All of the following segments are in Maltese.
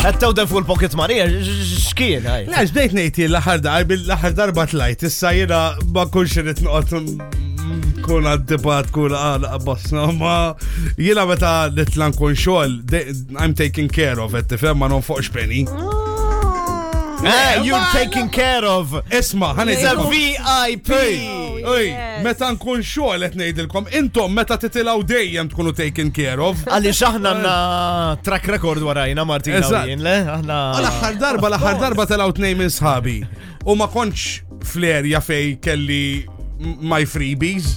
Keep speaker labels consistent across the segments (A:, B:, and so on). A: Għattaw dan fuq il-pocket money, eh, xkien, għaj.
B: Nax dejt nejti l-ħar darbi, l-ħar darba tlajt, issa jena ma kunx irrit noqgħod kun għaddibat, kun għabbasna, ma jena meta nitlan kun xogħol, de- I'm taking care of it, tifhem ma non fuqx penny.
C: Mm.
A: Ah, you're taking care of.
B: Isma,
A: It's a
B: ħanejt.
A: VIP.
B: Ej, ej,
C: yes.
B: meta nkun xogħol qed ngħidilkom, intom meta titilaw dejjem tkunu taken care of.
A: Għalli xaħna għanna track record warajna, Martina.
B: Eżatt.
A: Jien, le? Aħna.
B: L-aħħar darba, l-aħħar darba telaw tnej minn sħabi. U ma kontx flerja fej kelli m- my freebies.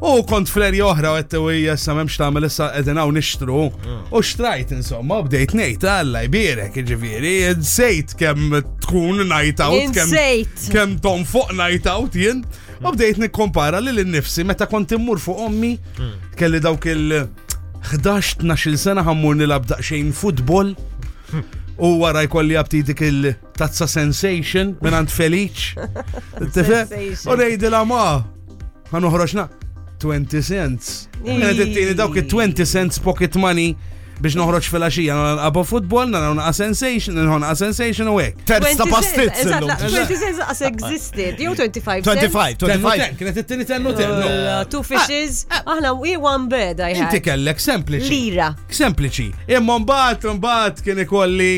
B: U kont flerja oħra u għette u jessa memx tamel issa edinaw nishtru. U xtrajt insomma, u bdejt nejt għalla jbirek, ġiviri, nsejt kem tkun night out, kem-
C: Insejt.
B: kem tom fuq night out jien. U bdejt nikkompara li l-nifsi, meta kont immur fuq ommi, kelli dawk il- 11-12 sena ħammur nilab daqxejn futbol. U wara jkolli għabti dik il-tazza sensation minn għand Feliċ. Tifem?
C: Sensation.
B: U nejdi la ma. Għan uħroċna. 20 cents. Jena dittini dawk il-20 cents pocket money biex noħroġ fil-axija. Għabu futbol, għanna sensation, għanna sensation u għek.
A: Terz ta'
C: 20
A: pastizz.
C: eżatt,
A: illum.
C: la, 20 cents as uh, existed, jew 25 cents.
A: 25, 25.
B: Kienet it-tini tennu
C: Uh,
B: tennu.
A: Ah.
C: Two fishes. Aħna, we one bird I
B: Inti
C: had.
B: kellek sempliċi.
C: Lira.
B: Sempliċi. Imma mbagħad mbagħad kien ikolli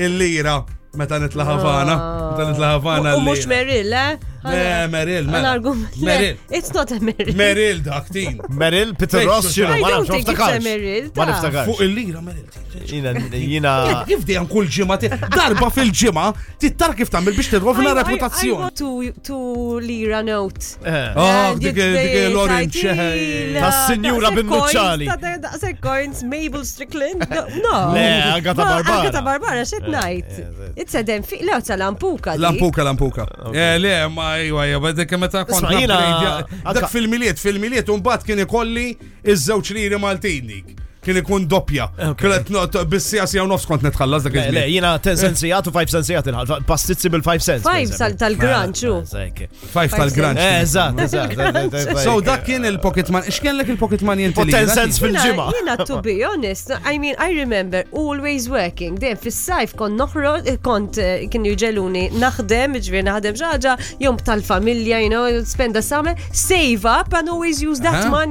B: il-lira meta nitla
A: Ah,
B: Havana.
C: Oh.
B: Meta nitla Havana
C: U u mux
B: l-lira.
C: Meril, eh?
B: Le, Meril,
C: Għana
B: mela.
C: argument. le,
B: Meril.
C: It's not a Meril.
B: Meril dak tin.
A: Meril, Peter
B: Wait,
A: Ross, xinu,
C: I
A: ma
C: don't
A: nafx, ma
C: think it's a Meril,
A: niftakarx. Ma
C: ta'.
B: Fuq
A: niftakarx.
B: il-lira, Meril.
A: Jina, jina.
B: Kif dejjem kull ġimgħa ti- darba fil-ġimgħa tittar kif tagħmel biex
C: I-
B: tirrovna
C: I- I
B: reputazzjoni.
C: want To, to lira note.
A: Eh.
B: Ah,
C: And
B: dik
C: it's
B: dik
C: the
B: l-orange.
C: title,
A: Ta'
C: uh,
A: Sinjura
C: daqseg
A: Binnucciali.
C: coins, ta' Daqseg coins, Mabel Strickland. No, No.
A: Le, Agata
C: Ma,
A: Barbara.
C: Agata Barbara, xed najt. It's a den fi. Le, ta' lampuka. di.
B: Lampuka, lampuka. Eh, le, ma jwa, jwa, dik meta kont.
A: Isma, jina-
B: upgrade, ja, Dak
A: anka-
B: fil-miliet, fil-miliet, un bat kien ikolli iż-żewġ liri Maltin dik. Kien ikun doppja.
A: Okay.
B: Kienet noqgħod bis-sijas jew nofs kont nitħallas dak
A: Le, le,
B: iż-żmien.
A: jina 10 sensijat u 5 sensijat inħal. Pastizzi bil-5 cents.
C: Five sal tal-gran, ċu.
B: Fajf tal-granċ.
A: Eh, eżat, eżat, eżat, eżat.
B: So dak kien il-pocket man. Ixkellek il-pocket man jinti
A: For 10
B: lira,
A: cents
B: ti?
A: fil-ġimgħa.
C: Jina, to be honest, I mean, I remember always working. Dejjem fis-sajf kont noħro, kont eh, kienu jġeluni naħdem, ġvien naħdem xaġa, jom tal-familja, you know, spend the summer, save up and always use that
B: Aha.
C: money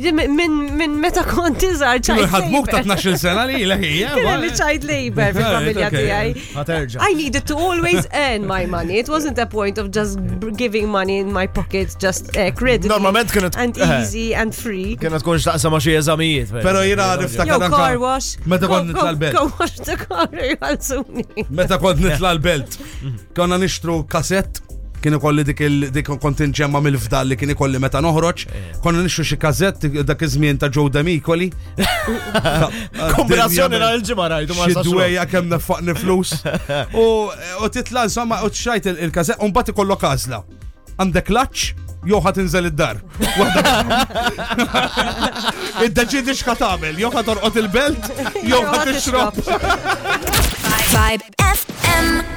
C: Jim- minn minn meta kont iżgħar
B: Kienu
C: child
B: ħadmuk ta'
C: labor.
B: 12 sena li ila
C: Kien hemm
B: hija.
C: child labor
B: آه،
C: fil-familja
B: Okay.
C: tiegħi.
A: Ħaterġa.
C: I needed to always earn my money. It wasn't a point of just b- giving money in my pocket, just uh, credit.
A: Normalment kienet-
C: and
A: eh.
C: easy and free.
A: Kena tkun xtaqsa ma xie eżamijiet.
B: Pero jina niftakar
C: Yo,
B: anka-
C: car wash.
B: Meta
C: Go-
B: kont
C: go-
B: nitla l-belt.
C: Go wash the car, jgħalsuni.
B: Meta kont nitla l-belt, konna nixtru kaset, kien ikolli dik il- dik kont inġemma mill-fdal li kien ikolli meta noħroġ,
A: Eh.
B: konna nixtru xi kazett dak iż-żmien ta' Joe Damicoli.
A: Kombinazzjoni na l-ġimma rajtu ma
B: Xi dwejja kemm neffaqni flus. U u titla insomma u txajt il- il-kazett, u mbagħad ikollok għażla. Għandek klaċċ, jew ħatinżel id-dar. Waħda- Iddeċidi x'ħatamel, jew ħatorqod il-belt, jew ħatixrob.
D: Vibe FM.